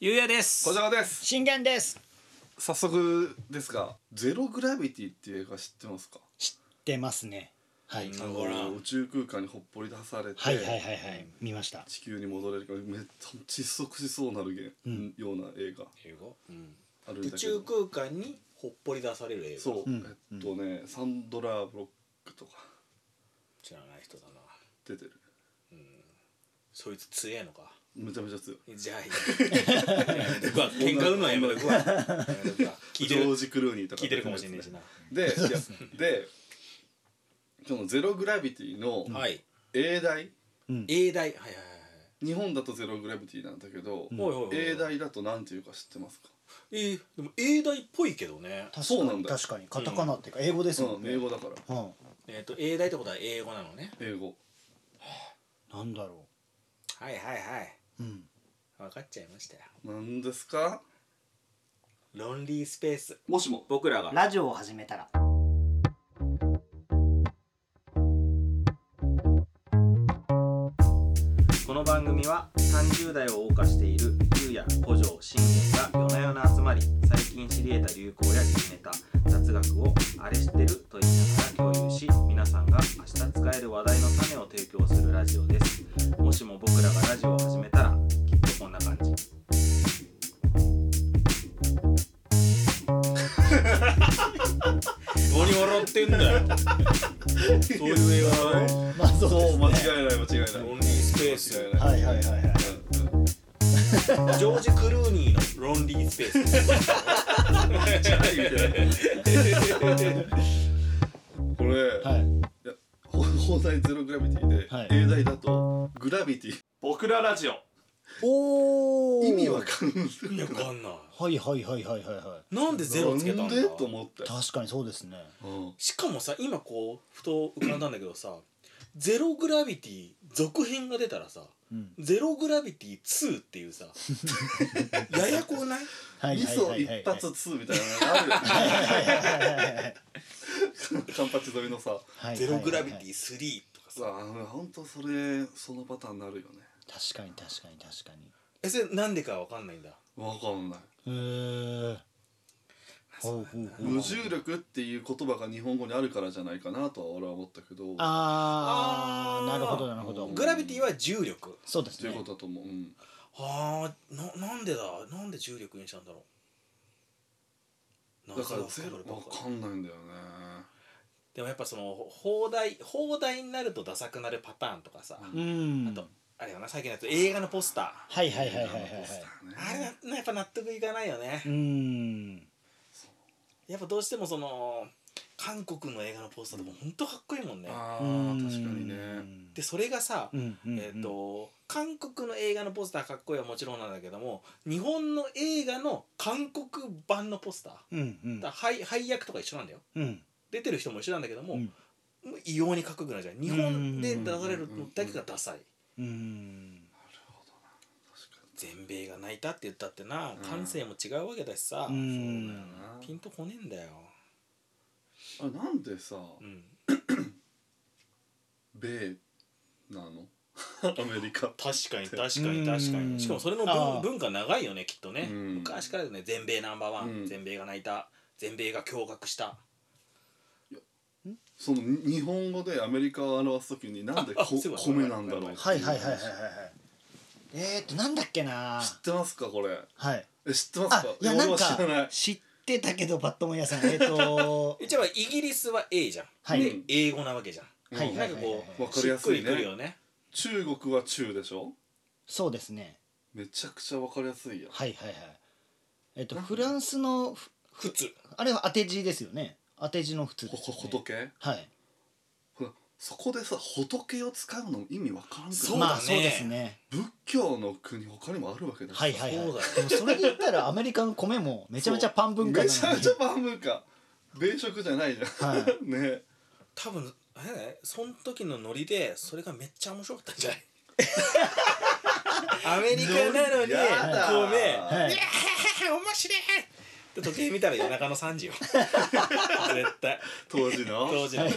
ゆうやです小坂です信玄です早速ですがゼログラビティっていう映画知ってますか知ってますねはいあの宇宙空間にほっぽり出されて、はいはいはいはい見ました地球に戻れるからめっちゃ窒息しそうなるげ、うんような映画英語、うん、あるん宇だけど宙空間にほっぽり出される映画そう、うんえっとねサンドラ・ブロックとか知らない人だな出てるそいつ強えのかめちゃめちゃ強いじゃあいい 僕は喧嘩売るのはやめとくわやめとくわ聞いジてョーるジ・クルーニーとか聞いてるかもしれないしな、でいや でそのゼログラビティのはい英大、うん英大はいはい日本だとゼログラビティなんだけど、はいはいはいはい英大だとなんていうか知ってますかえー、でも英大っぽいけどね確かにそうなんだよ確かにカタカナっていうか英語ですもうんん、ね英語だからうんえっ、と英大ってことは英語なのね英語なんだろはいはいはい。ううん分かっちゃいましたよ。なんですかロンリースペース。もしも僕らが。ラジオを始めたらこの番組は30代を謳歌しているゆうや古城信玄が夜な夜な集まり最近知り得た流行や時事ネタ雑学をあれ知ってると言いながら共有し皆さんが明日使える話題の種を提供するラジオですもしも僕らがラジオを始めたらきっとこんな感じ何笑ってんだよ。そういう映画だよ。まあそうそでうす間ね違いない間違いないロンリースペー間違ス。いないはいはいはいはいうんうんジョージ・クルーニーのロンリースペース。これ、、はいいやほ放題ゼログラビティで、はい英大だとグラビティ僕らラジオおー意味わかんない意味わかんない。はいはいはいはいはいはなんでゼロつけたんだなんでと思ってい、確かにそうですねうん、しかもさ、今こう、ふと浮かんだんだけどさ、ゼログラビティ続編が出たらさ、うんゼログラビティ2っていうさ、ややこないはいミはいソはいは一い発2みたいなのがあるよねカンパチ沿いのさはいゼログラビテはいィ3とかさ。さあ本当それそのパターンになるよね確かに確かに確かにえ、それなんでかわかんないんだ。わかんないへーほうほうほう無重力っていう言葉が日本語にあるからじゃないかなとは俺は思ったけどあーあーなるほどなるほどグラビティは重力。そうですというねことだと思う、うん、あーななんでだなんで重力にしたんだろうだから謎がゼ深まるロばわっかかんないんだよねでもやっぱその放題放題になるとダサくなるパターンとかさ、うんあとあれよな最近のやつ映画のポスタはいはいはいはいはいはいーあれななやっぱ納得いかないよねう、ーんやっぱどうしてもその韓国の映画のポスターでもほんとかっこいいもんねあうーん確かにねでそれがさ、うんうんうんえっ、と韓国の映画のポスターかっこいいはもちろんなんだけども日本の映画の韓国版のポスターうんうんだから配配役とか一緒なんだようん出てる人も一緒なんだけども、うんもう異様にかっこよくないじゃん日本で出されるのだけがダサいうん全米が泣いたって言ったってな感性も違うわけだしさ、うんピンとこねえんだよ、あれなんでさうん、米なの アメリカ確かに確かに確かにしかもそれのあ文あ文化長いよねきっとね、うん昔からだよね全米ナンバーワン、うん全米が泣いた全米が驚愕したその日本語でアメリカを表す時になんでああそこういえば米なんだろうってうはいはいはいはいはいはいえーっとなんだっけな知ってますかこれはいえ知ってますかあいや俺なんは知らないか知ってたけどバットモン屋さんえーっ と一応イギリスは A じゃん、はいで英語なわけじゃん、うんはいはないんかはいはこ、いうわかりやすいねしっくりくるよね中国は中でしょそうですねめちゃくちゃわかりやすいやんはいはいはいえっとフランスのふ普通あれは当て字ですよね当て字の普通ほですほよね仏はいほらそこでさ仏を使うの意味わからんけそうだねどまあそうですね仏教の国他にもあるわけだしはいはいはいそうだよでもそれで言ったらアメリカの米もめちゃめちゃパン文化なめちゃのめにちゃパン文化米食じゃないじゃん、は ね多分あれだねその時のノリでそれがめっちゃ面白かったんじゃないアメリカなのにやだこうね「はいいやー面白い!」で時計見たら夜中の3時よ絶対当 時の当時の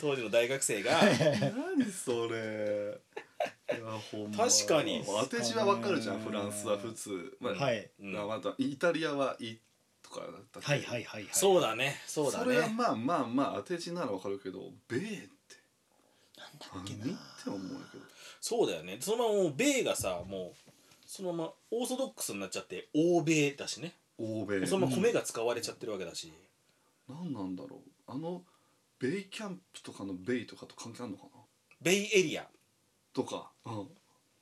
当時の大学生が何それ確かに当て字はわかるじゃんフランスは普通、まあはいうんまあまたイタリアはいとかだったっけはいはいはいはいそうだだねそうだれはねまあまあまあ当て字ならわかるけど米ってっけな何って思うんやけどそうだよねそのままもう米がさもうそのままオーソドックスになっちゃって欧米だしね欧米そのまま米が使われちゃってるわけだし何なんだろうあのベイキャンプとかのベイとかと関係あるのかなベイエリアとか、うん、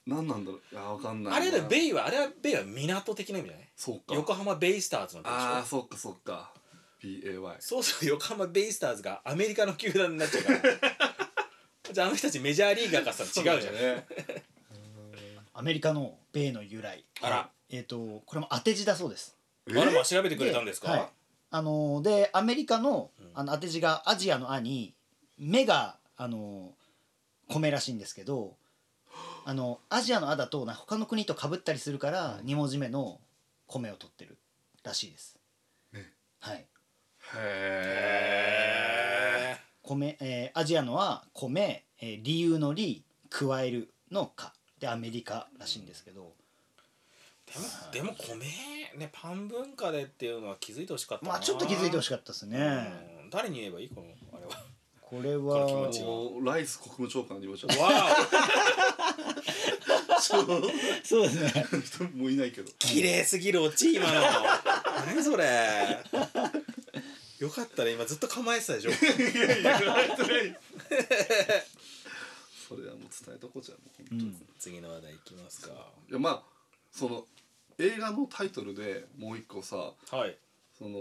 何なんだろういやわかんないあれだよイベイはあれはベイは港的な意味じゃないそうか横浜ベイスターズのベイでしょああそっかそっか BAY そうすると横浜ベイスターズがアメリカの球団になっちゃう からじゃああの人たちメジャーリーガーからしたら違うじゃん、そうだよねアメリカの米の由来あらえっ、とこれも当て字だそうですえ あれも調べてくれたんですか、はいあのーでアメリカのうんあの当て字がアジアの「ア」に「目」があのー米らしいんですけどあのアジアの「ア」だとな他の国とかぶったりするから2文字目の米を取ってるらしいです。ねはい、へえ米えーアジアのは米、えー理由の理加えるのかでアメリカらしいんですけど、でもでも米ねパン文化でっていうのは気づいてほしかったなまあちょっと気づいてほしかかったですね。誰に言えばいいこのあれは これこの気持はちもうライス国務長官に言われちゃっわたそうですね。人 もういないけどお綺麗すぎるオチ今の 何それよかったね今ずっと構えてたでしょそれはもう伝えとこじゃんもう本当うに、いん、次の話題いきますやまあその映画のタイトルでもう一個さかはいその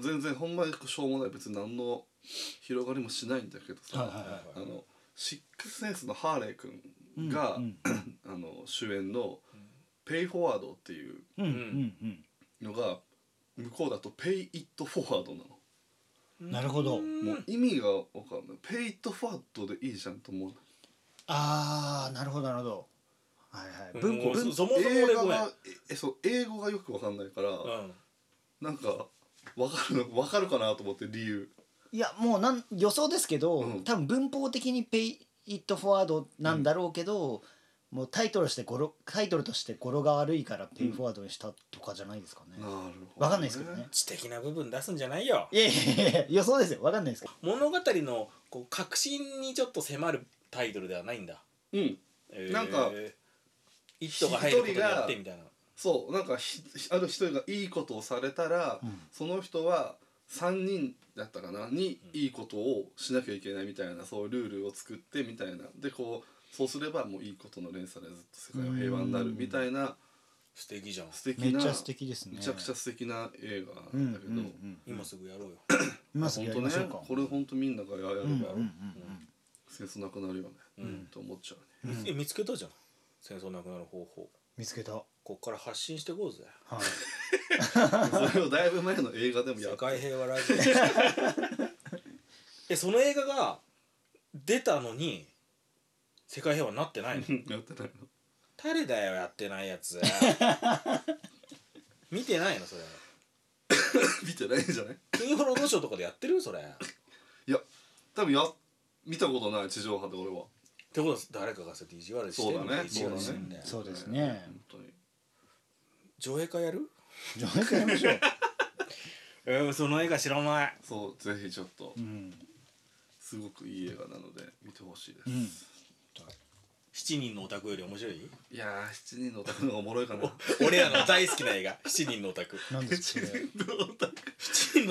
全然ほんまにしょうもない別に何の広がりもしないんだけどさ、はいはいはあのシックスセンスのハーレー君が、うんあの主演の「ペイ・フォワード」っていううんうんうんのが向こうだと「ペイ・イット・フォワード」なの、なるほどうんもう意味が分かんない「ペイ・イット・フォワード」でいいじゃんと思うああなるほどなるほど。はいはい。文も庫う文そそもそも映俺画ごめんがえそう英語がよく分かんないから、うんなんか分かる分かるかなと思って理由いやもうなん予想ですけど、うん多分文法的にペイイットフォワードなんだろうけど、もうタイトルして語呂タイトルとして語呂が悪いからペイフォワードにしたとかじゃないですかね。なるほど、ね、わかんないですけどね。知的な部分出すんじゃないよいやいやいや予想ですよ。わかんないですけど。物語のこう核心にちょっと迫るタイトルではないんだ、うんえなんか「一頭が入ることによって」みたいなそうなんかひある人がいいことをされたら、うんその人は3人だったかなにいいことをしなきゃいけないみたいなそういうルールを作ってみたいなでこうそうすればもういいことの連鎖でずっと世界は平和になるみたいな素敵じゃん素敵めっなちゃ素敵ですね。めちゃくちゃ素敵な映画うなんんうだんけうど、ん。今すぐやろうよ今すぐ本や当りましょうねか。これ本当みんながややれば、うんうんうん戦争なくなるよね、うんと思っちゃうねうん。うえん見つけたじゃん戦争なくなる方法見つけた。はい。こっから発信していこうぜ それをだいぶ前の映画でもや世 った界平和ラ ジオえその映画が出たのに世界平和になってない のやってないの 誰だよやってないや つ見てないのそれ見てないんじゃない金曜ロードショーとかでやってるそれっていや多分や見たことない地上波で俺はことは誰かがさ DJ 悪いしてんのそうだね意地悪してんだよそうですね。本上映会やるじゃあもう一回やりましょう。うんその映画知らない当にそうぜひちょっとうん。すごくいい映画なので見てほしいです、うん7人のオタクより面白いいやー七人のオタクの方がおもろいかな 俺らの大好きな映画「7人のオタク」なんですかこ7人の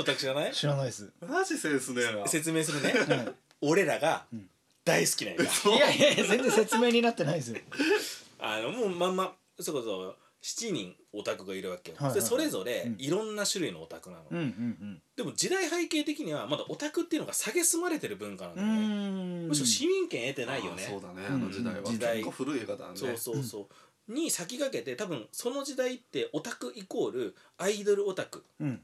オタク知ら ないれ。知らないです。マジセンスねえな説明するね はい俺らがうん大好きな映画いやいやいや全然説明になってないですよ。あのもうまんまそれこそ7人オタクがいるわけよ、はいはいでそれぞれうんいろんな種類のオタクなの、うんうんでも時代背景的にはまだオタクっていうのが蔑まれてる文化なんだよね、んむしろ市民権得てないよねあーそうだねうあんの時代は、時代結構古い映画だねそうそうそうに先駆けて多分その時代ってオタクイコールアイドルオタクうん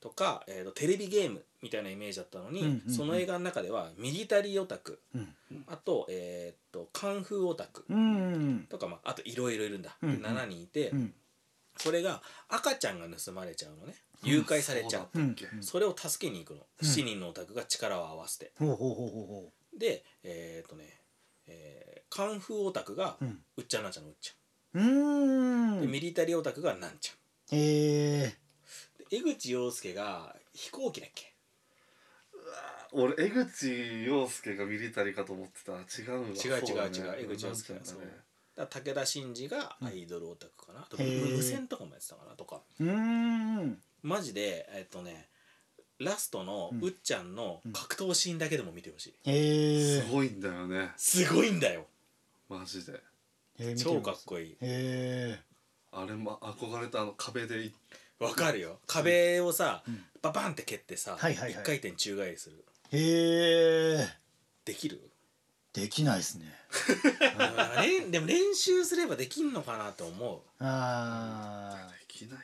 とか、えー、とテレビゲームみたいなイメージだったのに、うんうんうんその映画の中ではミリタリーオタクうんあと,、えー、とカンフーオタクうんとか、まあ、あといろいろいるんだ、うんうん7人いて、うんそれが赤ちゃんが盗まれちゃうのね誘拐されちゃうそうだったっけうんそれを助けに行くの、うん7人のお宅が力を合わせてほうほうほうほうほでえーっとねえー、カンフーオタクがうんうっちゃんなんちゃんのうっちうゃん、でーんミリタリーオタクがなんちゃんへえで江口洋介が飛行機だっけ俺江口洋介がミリタリーかと思ってた違うわ違う違う違う江口洋洋介介だだねだから武田真治がアイドルオタクかな、あとへー無線とかもやってたかなとかうーんマジでえっとねラストのうんうっちゃんの格闘シーンだけでも見てほしい、へすえごいんだよねすごいんだよマジで超かっこいいいいへあれも憧れたあの壁でいわかるよ壁をさ、うんババンって蹴ってさ、はいはいはい一回転宙返りするえへえできる できないですねでもなんかねでも練習すればできんのかなと思うあできないよ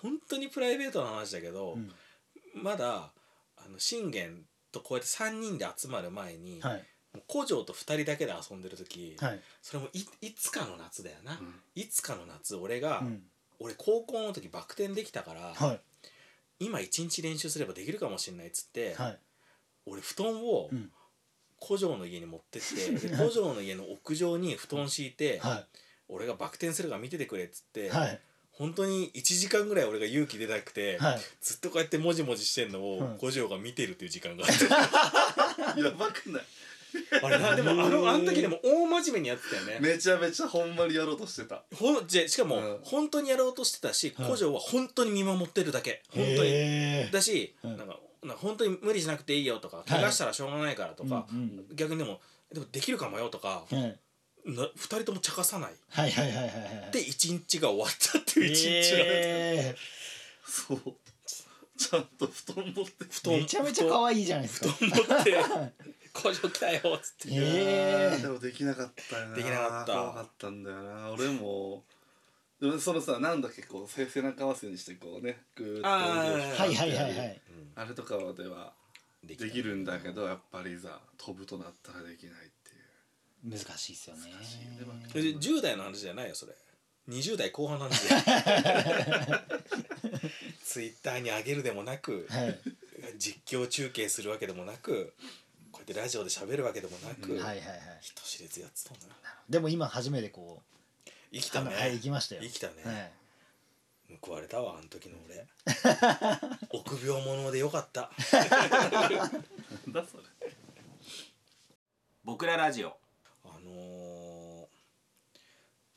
本当にプライベートな話だけあ、ど、うんまだあの信玄とこうやって3人で集まる前に、はいもう古城と2人だけで遊んでる時、はいそれもいいつかの夏だよな、うんいつかの夏俺が、うん俺高校の時バク転できたから、は今一日練習すればできるかもしれないっつって、いはい俺布団をうん古城の家に持って ってで古城の家の屋上に布団敷いて、は俺がバク転するから見ててくれっつって、いはい本当に1時間ぐらい俺が勇気出なくて、はいずっとこうやってもじもじしてんのはをい五条が見てるっていう時間が あやばくないってあれなでもあのあの時でも大真面目にやってたよねめちゃめちゃほんまにやろうとしてたほんじゃしかも、うん本当にやろうとしてたしはい古城は本当に見守ってるだけ本当にへーだし、うんなんかなんか本当に無理しなくていいよとかい怪我したらしょうがないからとか、うん逆にでもでもできるかもよとか、うんはいな2人とも茶化さないはいはいはいはいはいで1日が終わったっていう1日が、えーそうちゃんと布団持って布団めちゃめちゃ可愛いじゃないですか布団持って 「工場来たよ」っつって、へえいやーでもできなかったよなできなかった怖かったんだよな俺もでもそのさなんだっけこう背背中合わせにしてこうねグーッと腕を引っ張ってはいはいはいはいうんあれとかはではでできるんだけどやっぱりさ飛ぶとなったらできないっていう難しいですよね難しいねそれで10代の話じゃないよそれ20代後半なんですよ ツイッターに上げるでもなくはい実況中継するわけでもなくこうやってラジオで喋るわけでもなく、うんはいはいはい人知れずやってたんだなでも今初めてこう生きたね、はい行きましたよ生きたねはい報われたわあの時の 俺臆病者でよかったなんだそれ僕らラジオあのー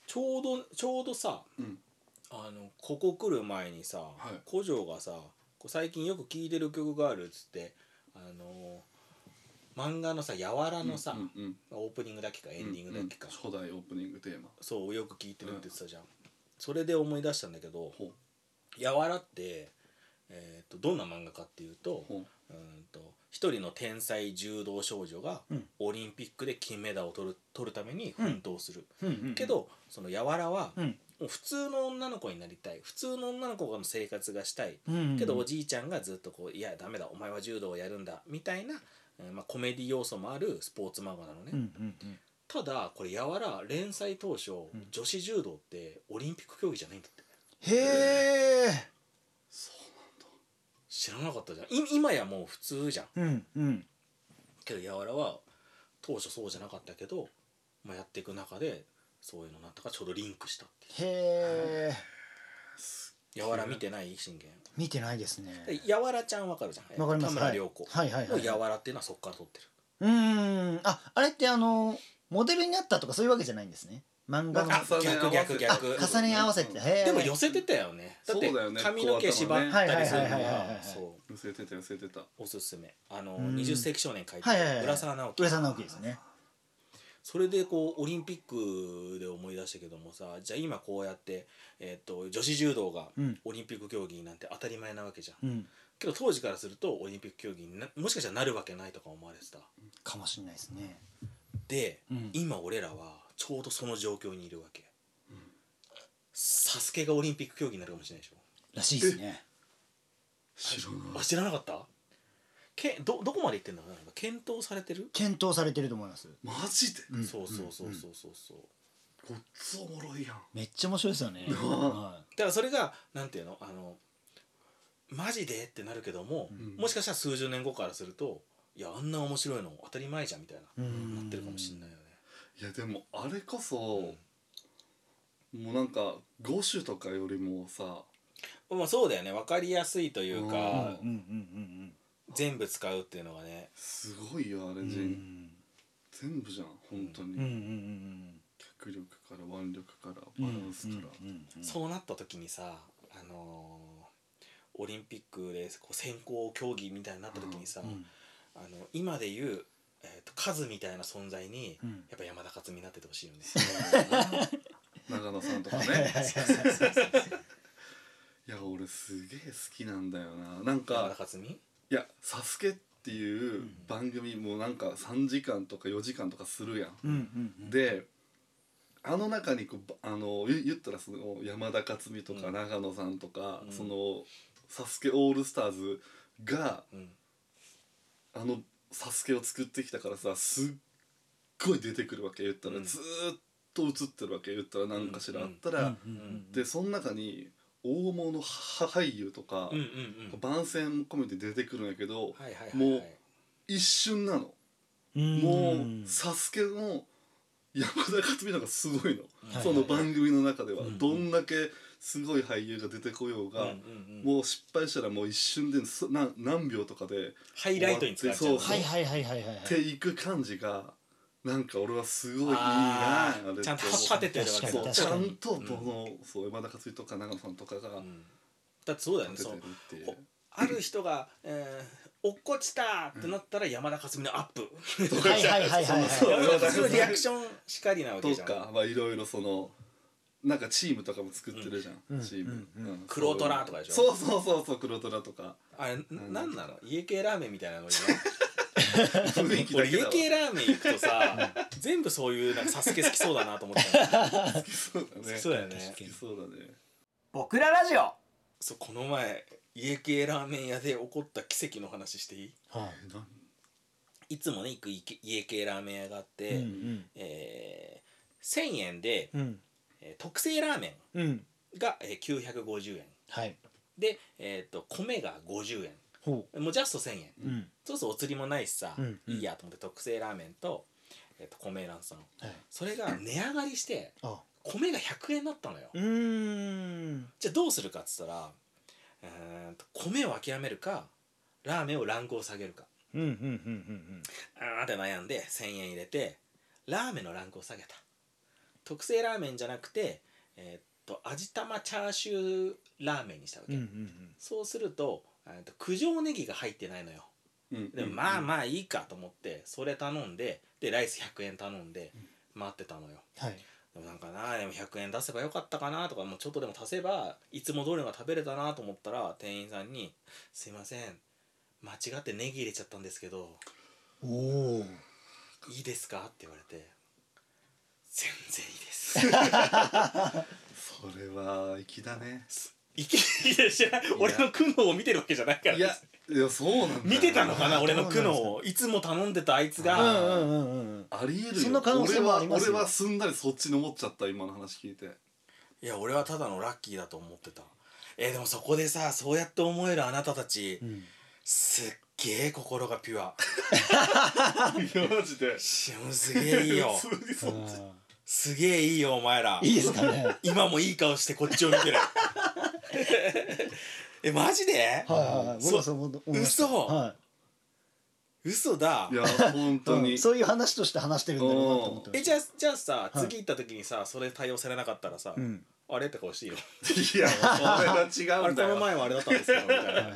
ちょうどちょうどさ、うんあのここ来る前にさ、い古城がさこう最近よく聴いてる曲があるっつってあのー漫画のさ「やわら」のさ、うんうんオープニングだっけかエンディングだっけか、うん初代オープニングテーマそうよく聴いてるって言ってたじゃん、それで思い出したんだけどほう「やわら」って、えー、とどんな漫画かっていうとほううーんと一人の天才柔道少女がうんオリンピックで金メダルを取る取るために奮闘する、うんうんけどその柔らはうんもう普通の女の子になりたい普通の女の子の生活がしたいうんけどおじいちゃんがずっとこう「いやダメだお前は柔道をやるんだ」みたいな、えーまあ、コメディ要素もあるスポーツ漫画なのね、うんうんうんただこれ柔ら連載当初、ん女子柔道ってオリンピック競技じゃないんだってへえ知らなかったじゃんい今やもう普通じゃんうんうんけど柔らは当初そうじゃなかったけど、まあ、やっていく中でそういうのになったからちょうどリンクしたってへえいう柔ら見てない信玄見てないですねで柔らちゃんわかるじゃんわかりま田す村良子はいはいはのい柔はいらっていうのはそこから取ってるうーんああれってあのモデルになったとかそういうわけじゃないんですね漫画のあ逆逆逆あ重ね合わせてうんへえでも寄せてたよねだってそうだよね髪の毛縛ったりするのはいはいはいはいはいがはいそう寄せてた寄せてたおすすめあのうん20世紀少年書いてはいはいはるい浦沢直樹浦沢直樹ですねそれでこうオリンピックで思い出したけどもさじゃあ今こうやって、えっと女子柔道がうんオリンピック競技なんて当たり前なわけじゃんうんけど当時からするとオリンピック競技になもしかしたらなるわけないとか思われてたかもしれないですねで、うん今俺らはちょうどその状況にいるわけ、サスケがオリンピック競技になるかもしれないでしょらしいですね知らあ知らなかったけどどこまで行ってんだろうな今検討されてる、検討されてると思いますマジでんそうそうそうそんうそうそうごっつおもろいやんめっちゃ面白いで すよねうんはだからそれがなんていうのあのマジでってなるけども、んもしかしたら数十年後からするといやあんな面白いの当たり前じゃんみたいなうんなってるかもしんないよねいやでもあれこそ、もうなんかゴシュとかよりもさまあそうだよね分かりやすいというか、うんうん全部使うっていうのがねすごいよあれ、うんうんうん全全部じゃん本当に、うんうんうん脚力から腕力からバランスから、うんうんそうなった時にさあのーオリンピックでこう選考競技みたいになった時にさ、うんあの今で言う、えー、とカズみたいな存在に、うんやっぱ山田勝美になっててほしいよね。長野さんとかはいはいはいねはいいや俺すげえ好きなんだよななん山田か勝美いや「サスケっていう番組もなんか3時間とか4時間とかするやん、うんうんうんであの中にこうばあのゆ言ったらその山田勝己とうかん長野さんとか、うんその「サスケオールスターズがうんあの「サスケを作ってきたからさすっごい出てくるわけ言ったら、うんずーっと映ってるわけ言ったら何かしらあったら、うんうんでその中に大物は俳優とか、うんうんうん番宣込めて出てくるんやけどはいはいはいはいもう一瞬なの、うんもう「サスケの山田勝美の方がすごいの、はいはいその番組の中では、うんどんだけすごい俳優が出てこよううんが、うんうんもう失敗したらもう一瞬でそな何秒とかでハイライトに使っちゃうそうはいはいはいはいはいはいっていく感じがなんか俺はすごいいいなああーれってちゃんと思う葉っぱ立ててるわけ確そかうにち確ゃかんにとその、そう山田勝己とか長野さんとかうがんだってそうだよね立てそてうるっていう。ほある人が、えー、落っこちたってなったら山田勝美のアップ、はいはいはいはいはい山田勝美のリアクションしかりなわけとじゃんかまあいろいろそのなんかチームとかも作ってるじゃん、うんチーム、うんうん黒虎とかでしょそうそうそうそう黒虎 とかあれなんなの家系ラーメンみたいなのに雰囲気だ俺け家だわ系ラーメン行くとさ全部そういうなんかサスケ好きそうだ なと思ったんだ好きそうだけどねそう好だよねきそうだね僕らラジオそうこの前家系ラーメン屋で起こった奇跡の話していいはえなんいつもね行く家系家系ラーメン屋があっいて、うんえー1,000円で、うんうんえー特製ラーメうんンが、えー950円はいで、えー、と米が50円ほもうジャスト1,000円ううんそうするとお釣りもないしさ、うんうんいいやと思って特製ラーメンと,、えー、と米ランさんはいそれが値上がりしてあ米が100円だったのよ、うーんじゃあどうするかっつったらうーんと米を諦めるかラーメンをランクを下げるかうんうんうんうんあーって悩んで1,000円入れてラーメンのランクを下げた特製ラーメンじゃなくてえーっと味玉チャーシューラーメンにしたわうけ、んうんうんそうするとえーっと九条ネギが入ってないのようんでもまあまあいいかと思ってそれ頼んででライス100円頼んで待ってたのよはいでもなんかなでも100円出せばよかったかなとかもうちょっとでも足せばいつも通りのが食べれたなと思ったら店員さんに「すいません間違ってネギ入れちゃったんですけどおおいいですか?」って言われて「全然いいです」 それは粋だねいきいや知らない俺の苦悩を見てるわけじゃないからいやいやそうなんだよ見てたのかな俺の苦悩そうをいつも頼んでたあいつうんがうんうんうんうんありえるよそんな可能性もあります俺よは俺はすんなりそっちに思っちゃった今の話聞い ていや俺はただのラッキーだと思ってたえーでもそこでさそうやって思えるあなたたちうんすっげえ心がピュアマジでしもすげえいい よ普通にそすげえいいよお前らいいですかね今もいい顔してこっちを見てる えマジではいはいはい僕はそう思いました嘘は嘘だいや本当いうんにそういう話として話してるんだろうなと思ってまえしじゃあじゃあさい次行った時にさそれ対応されなかったらさ、たうんあれって顔していいよいやそれはあ違うれんこだのよ前 はあれだったんですけどみたいなはいはいはい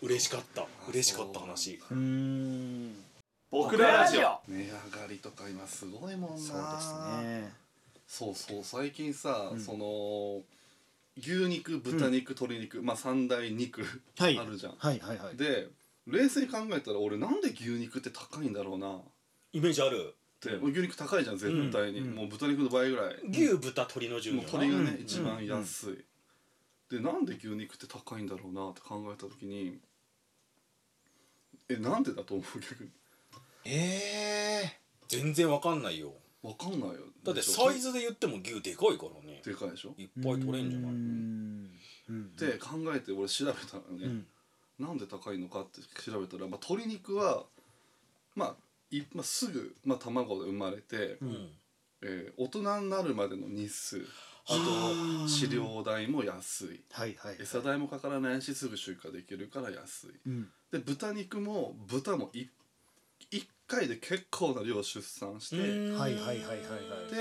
嬉しかった嬉しかった嬉しかった話うーん僕らラジオ値上がりとか今すごいもんなそうですねそうそう最近さ、うんその牛肉豚肉、鶏肉まあ三大肉あはいるじゃん、はいはいはいで冷静に考えたら俺なんで牛肉って高いんだろうなっイメージあるて、牛肉高いじゃん絶対に、うんうんもう豚肉の倍ぐらい、牛豚鶏の順もうよな鶏がね、うん一番安い、でなんで牛肉って高いんだろうなって考えた時にえなんでだと思う 逆にええ全然わかんないよわかんないよだってでしょサイズで言っても牛でかいからねでかいでしょいっぱい取れんじゃないうんうんって考えて俺調べたのね、うんなんで高いのかって調べたら、まあ、鶏肉は、まあいまあ、すぐ、まあ、卵で生まれて、うんえー大人になるまでの日数はあと飼料代も安いはいはい餌代もかからないしすぐ出荷できるから安いうんで豚肉も豚も1回で結構な量出産して、うんはいはいはいはいは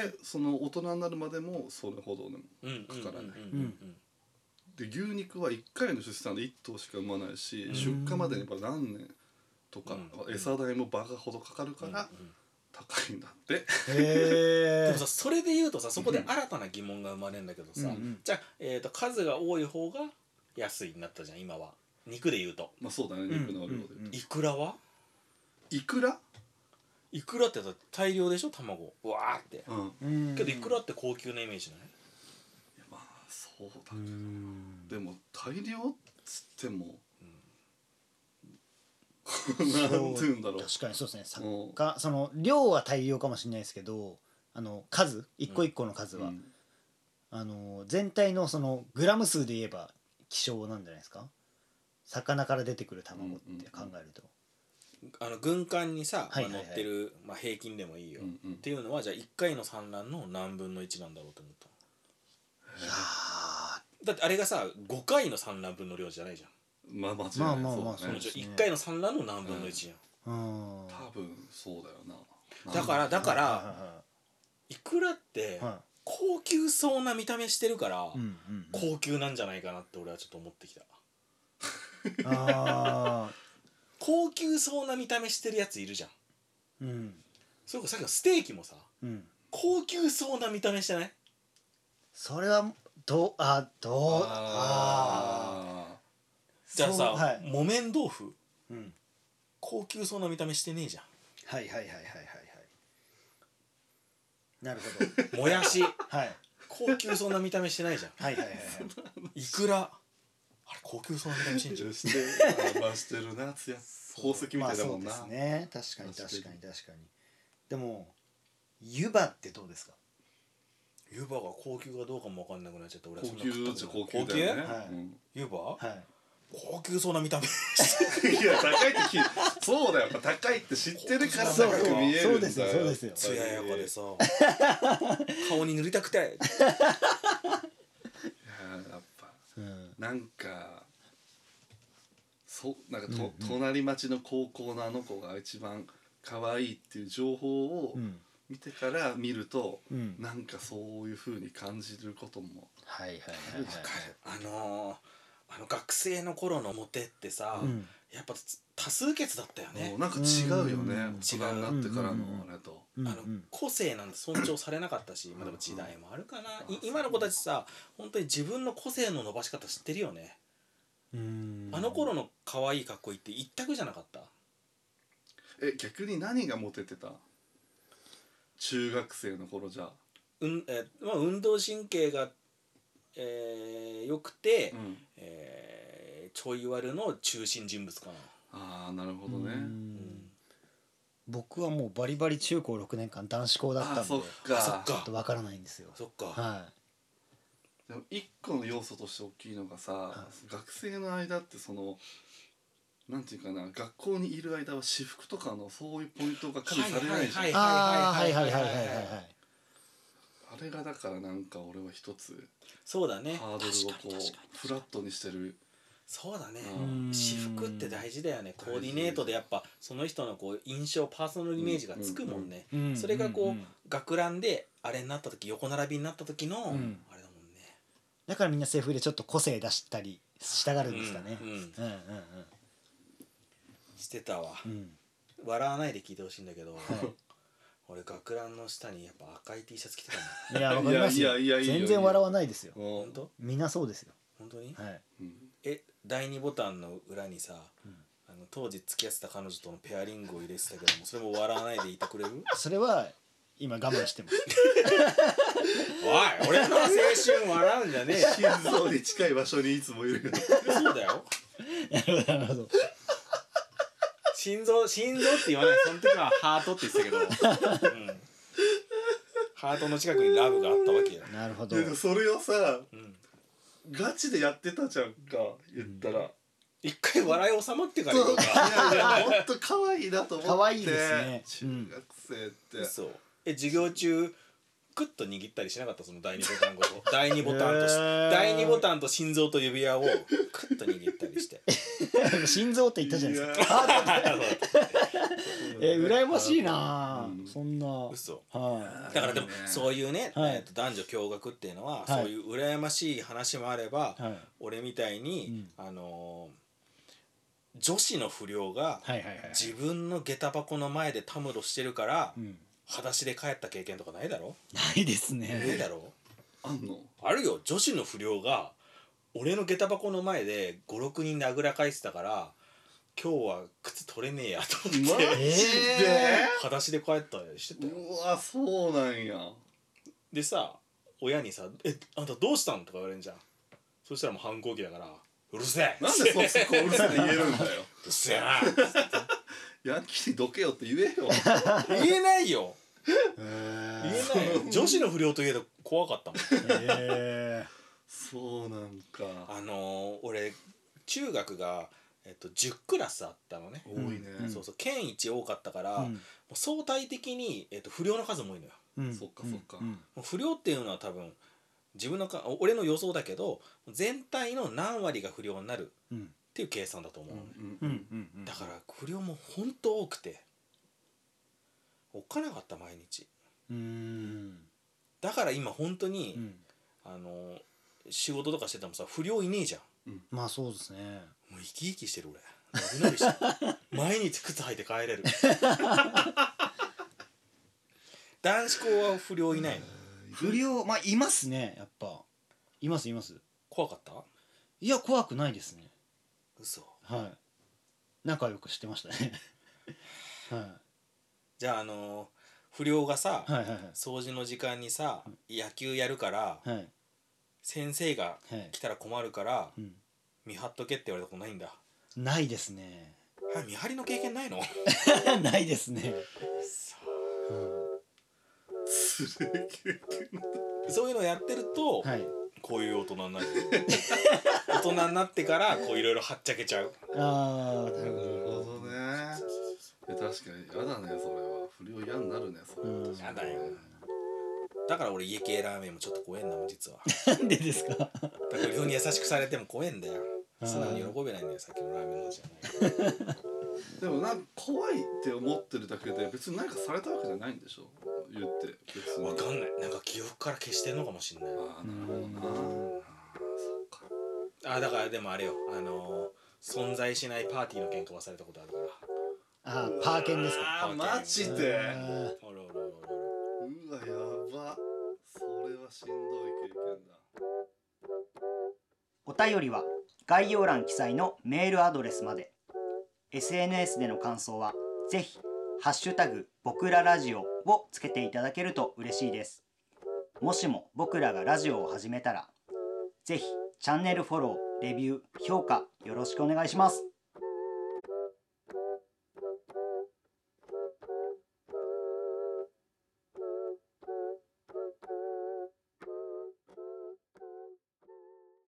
いでその大人になるまでもそれほどでもうんかからないうんうんで牛肉は1回の出産で1頭しか産まないし、うん出荷までにやっぱ何年とか、うん餌代もバカほどかかるかうんらうん高いんだって、へでえもさそれで言うとさそこで新たな疑問が生まれるんだけどさ、うんうんじゃあ、えー、と数が多い方が安いになったじゃん今は肉で言うとまあそうだねん肉の量で、うんうんいくらはいくら、いくらってだって大量でしょ卵うわーってうん、まうんけどいくらって高級なイメージない、あそううだね、んでも大量っつっても、そな うんて言うんだろう確かにそうですね作うん家その量は大量かもしれないですけどあの数一個一個の数は、うんあの全体のそのグラム数で言えば希少なんじゃないですか魚から出てくる卵って考えると、あの軍艦にさ、はいはいまはあい乗ってる、まあ、平均でもいいよ、うんうんっていうのはじゃあ1回の産卵の何分の1なんだろうと思ったいやだってあれがさ5回の産卵分の量じゃないじゃん、まあ間違いないまあまあまあそうだねそうですね1回の産卵の何分の1じゃん、ーうん多分そうだよなだからだから、はいくらっていはいはいは高級そうな見た目してるから、いうんうんうん高級なんじゃないかなって俺はちょっと思ってきたああ高級そうな見た目してるやついるじゃんうんそれこそさっきのステーキもさうん高級そうな見た目してないそれはどうあどうあああじゃあさ、そうはい木綿豆腐うん高級そうな見た目してねえじゃはいはいはいはいはい はいなるほんどもやしはい高級そうな見た目してないじゃんはいはいはいはいいくらあれ高級そうな見た目してんーじゃんして まあまあしてるなつや宝石みたいだもんな、まあ、そうですね確かに確かに確かにでも湯葉ってどうですか湯葉が高級かどうかも分かんなくなっちゃった俺は高そんな級食っっちたゃことない高級だよね、高はいうん 級湯葉はい高級そうな見た目いや高いって聞いそうだよやっぱ高いって知ってるからそう高く見えるんだよそうですよそうですよ艶やかでさ顔に塗りたくていややっぱうんなんかそうなんかと、隣町の高校のあの子が一番可愛いっていう情報をうん見てから見ると、うんなんかそういう風に感じることもはいはいはいあるじゃんあのーあの学生の頃のモテってさ、うんやっぱ多数決だったよねもう、なんか違うよねうん大人になってからのあれと、うんあの個性なんて尊重されなかったし、まあ、でも時代もあるかな、い今の子たちさ本当に自分の個性の伸ばし方知ってるよね、うんあの頃の可愛いかっこいいって一択じゃなかったえ逆に何がモテてた中学生の頃じゃうんえーまあ、運動神経が、えー、よくて、うん、えーちょい悪の中心人物かな、ああなるほどね、うん僕はもうバリバリ中高6年間男子校だったあんあでーちそょっあかそっっかとわからないんですよそっか、はでも一個の要素として大きいのがさ、学生の間ってそのなんていうかな学校にいる間は私服とかのそういうポイントが加味されないじゃん、はいいああはいはいはいはいはいはいはいあれがだからなんか俺は一つそうだねハードル確かをこに確かにうフラットにしてるそうだねうん私服って大事だよねコーディネートでやっぱその人のこう印象パーソナルイメージがつくもんね、うんそれがこう、うんうん学ランであれになった時横並びになった時の、んあれだもんねだからみんな制服でちょっと個性出したりしたがるんですかねううんんううんんしてたわ、うんうん笑わないで聞いてほしいんだけど、 い俺学ランの下にやっぱ赤い T シャツ着てたもんいやわかりますよいやいやいやいやいや全然笑わないですよほ本当みんなそうですよ本当に、はいえ第二ボタンの裏にさ、あの当時付き合ってた彼女とのペアリングを入れてたけどもそれも笑わないでいてくれる それは今我慢してますおい俺の青春笑うんじゃねえよ心臓に近い場所にいつもいるよ そうだよなるほどなるほど心臓心臓って言わないその時はハートって言ってたけど、うん、ハートの近くにラブがあったわけよ、な る ほどでもそれをさうん、ガチでやってたじゃんか言ったら、一回笑い収まってから言おう いやかいや本当可愛いなと思って可愛いですねうん中学生って、そうえ授業中クッと握ったりしなかったその第二ボタンごと第二ボタンとしへー第二ボタンと心臓と指輪をクッと握ったりして心臓って言ったじゃないですかですかえー、羨ましいなあ、うんそんな は嘘いだからでもそういうね、はいえーと男女共学っていうのは、はいそういう羨ましい話もあれば、はい俺みたいに、あのー女子の不良がはいはいはいはい自分の下駄箱の前でたむろしてるから、うん裸足で帰った経験とかないだろないですないねだろあんのあるよ女子の不良が俺の下駄箱の前で56人であぐらかいてたから今日は靴取れねえやと思ってマジで、え裸足で帰ったりしてたようわそうなんやでさ親にさ「えあんたどうしたの?」とか言われるじゃんそしたらもう反抗期だから「うるせえ!」なんでそそこうるさい言えるんだ ようっせえなヤンキーにどけよって言えよ言えないよえ言えないよ 女子の不良といえど怖かったもんえそうなんか あのー俺中学が、えっと、10クラスあったのね、多いね、うんそうそう県一多かったから、ーもう相対的に、えっと、不良の数も多いのようんそっかそっかうんもう不良っていうのは多分自分のか俺の予想だけど全体の何割が不良になるっうんていう計算だと思うのね、ううんんうんうんだから不良も本当多くておっかなかった毎日うーんだから今本当に、うんあの仕事とかしててもさ不良いねえじゃんまあそうですねもう生き生きしてる俺伸び伸びして る毎日靴履いて帰れる男子校は不良いないの不良まあいますねやっぱいますいます怖かったいや怖くないですね嘘はい仲良くしてましたね はじゃああの不良がさ、いはいはいは掃除の時間にさ野球やるから、いはい先生がはい来たら困るからうん見張っとけって言われたことないんだないですねあ見張りの経験ないの ないですねすげえ経験そういうのやってると、うんはいこういう大人にな る大人になってからこういろいろはっちゃけちゃうああななるるほほどどねえ確かに嫌だねそれは不良嫌になるねそれは確かやにだよだから俺家系ラーメンもちょっと怖えんだもん実はなんでですかだから不良に優しくされても怖えんだよあー素直に喜べないんだよさっきのラーメンの味じゃないでもなんか怖いって思ってるだけで別に何かされたわけじゃないんでしょ言って別にわかんないなんか記憶から消してんのかもしんないああなるほどなうんあだからでもあれよあのー存在しないパーティーの喧嘩はされたことあるからあーパーケンですかあーマジであおろおろおろおろうわやばそれはしんどい経験だお便りは概要欄記載のメールアドレスまで SNS での感想はぜひハッシュタグ僕らラジオをつけていただけると嬉しいですもしも僕らがラジオを始めたらぜひチャンネルフォローレビュー評価よろしくお願いします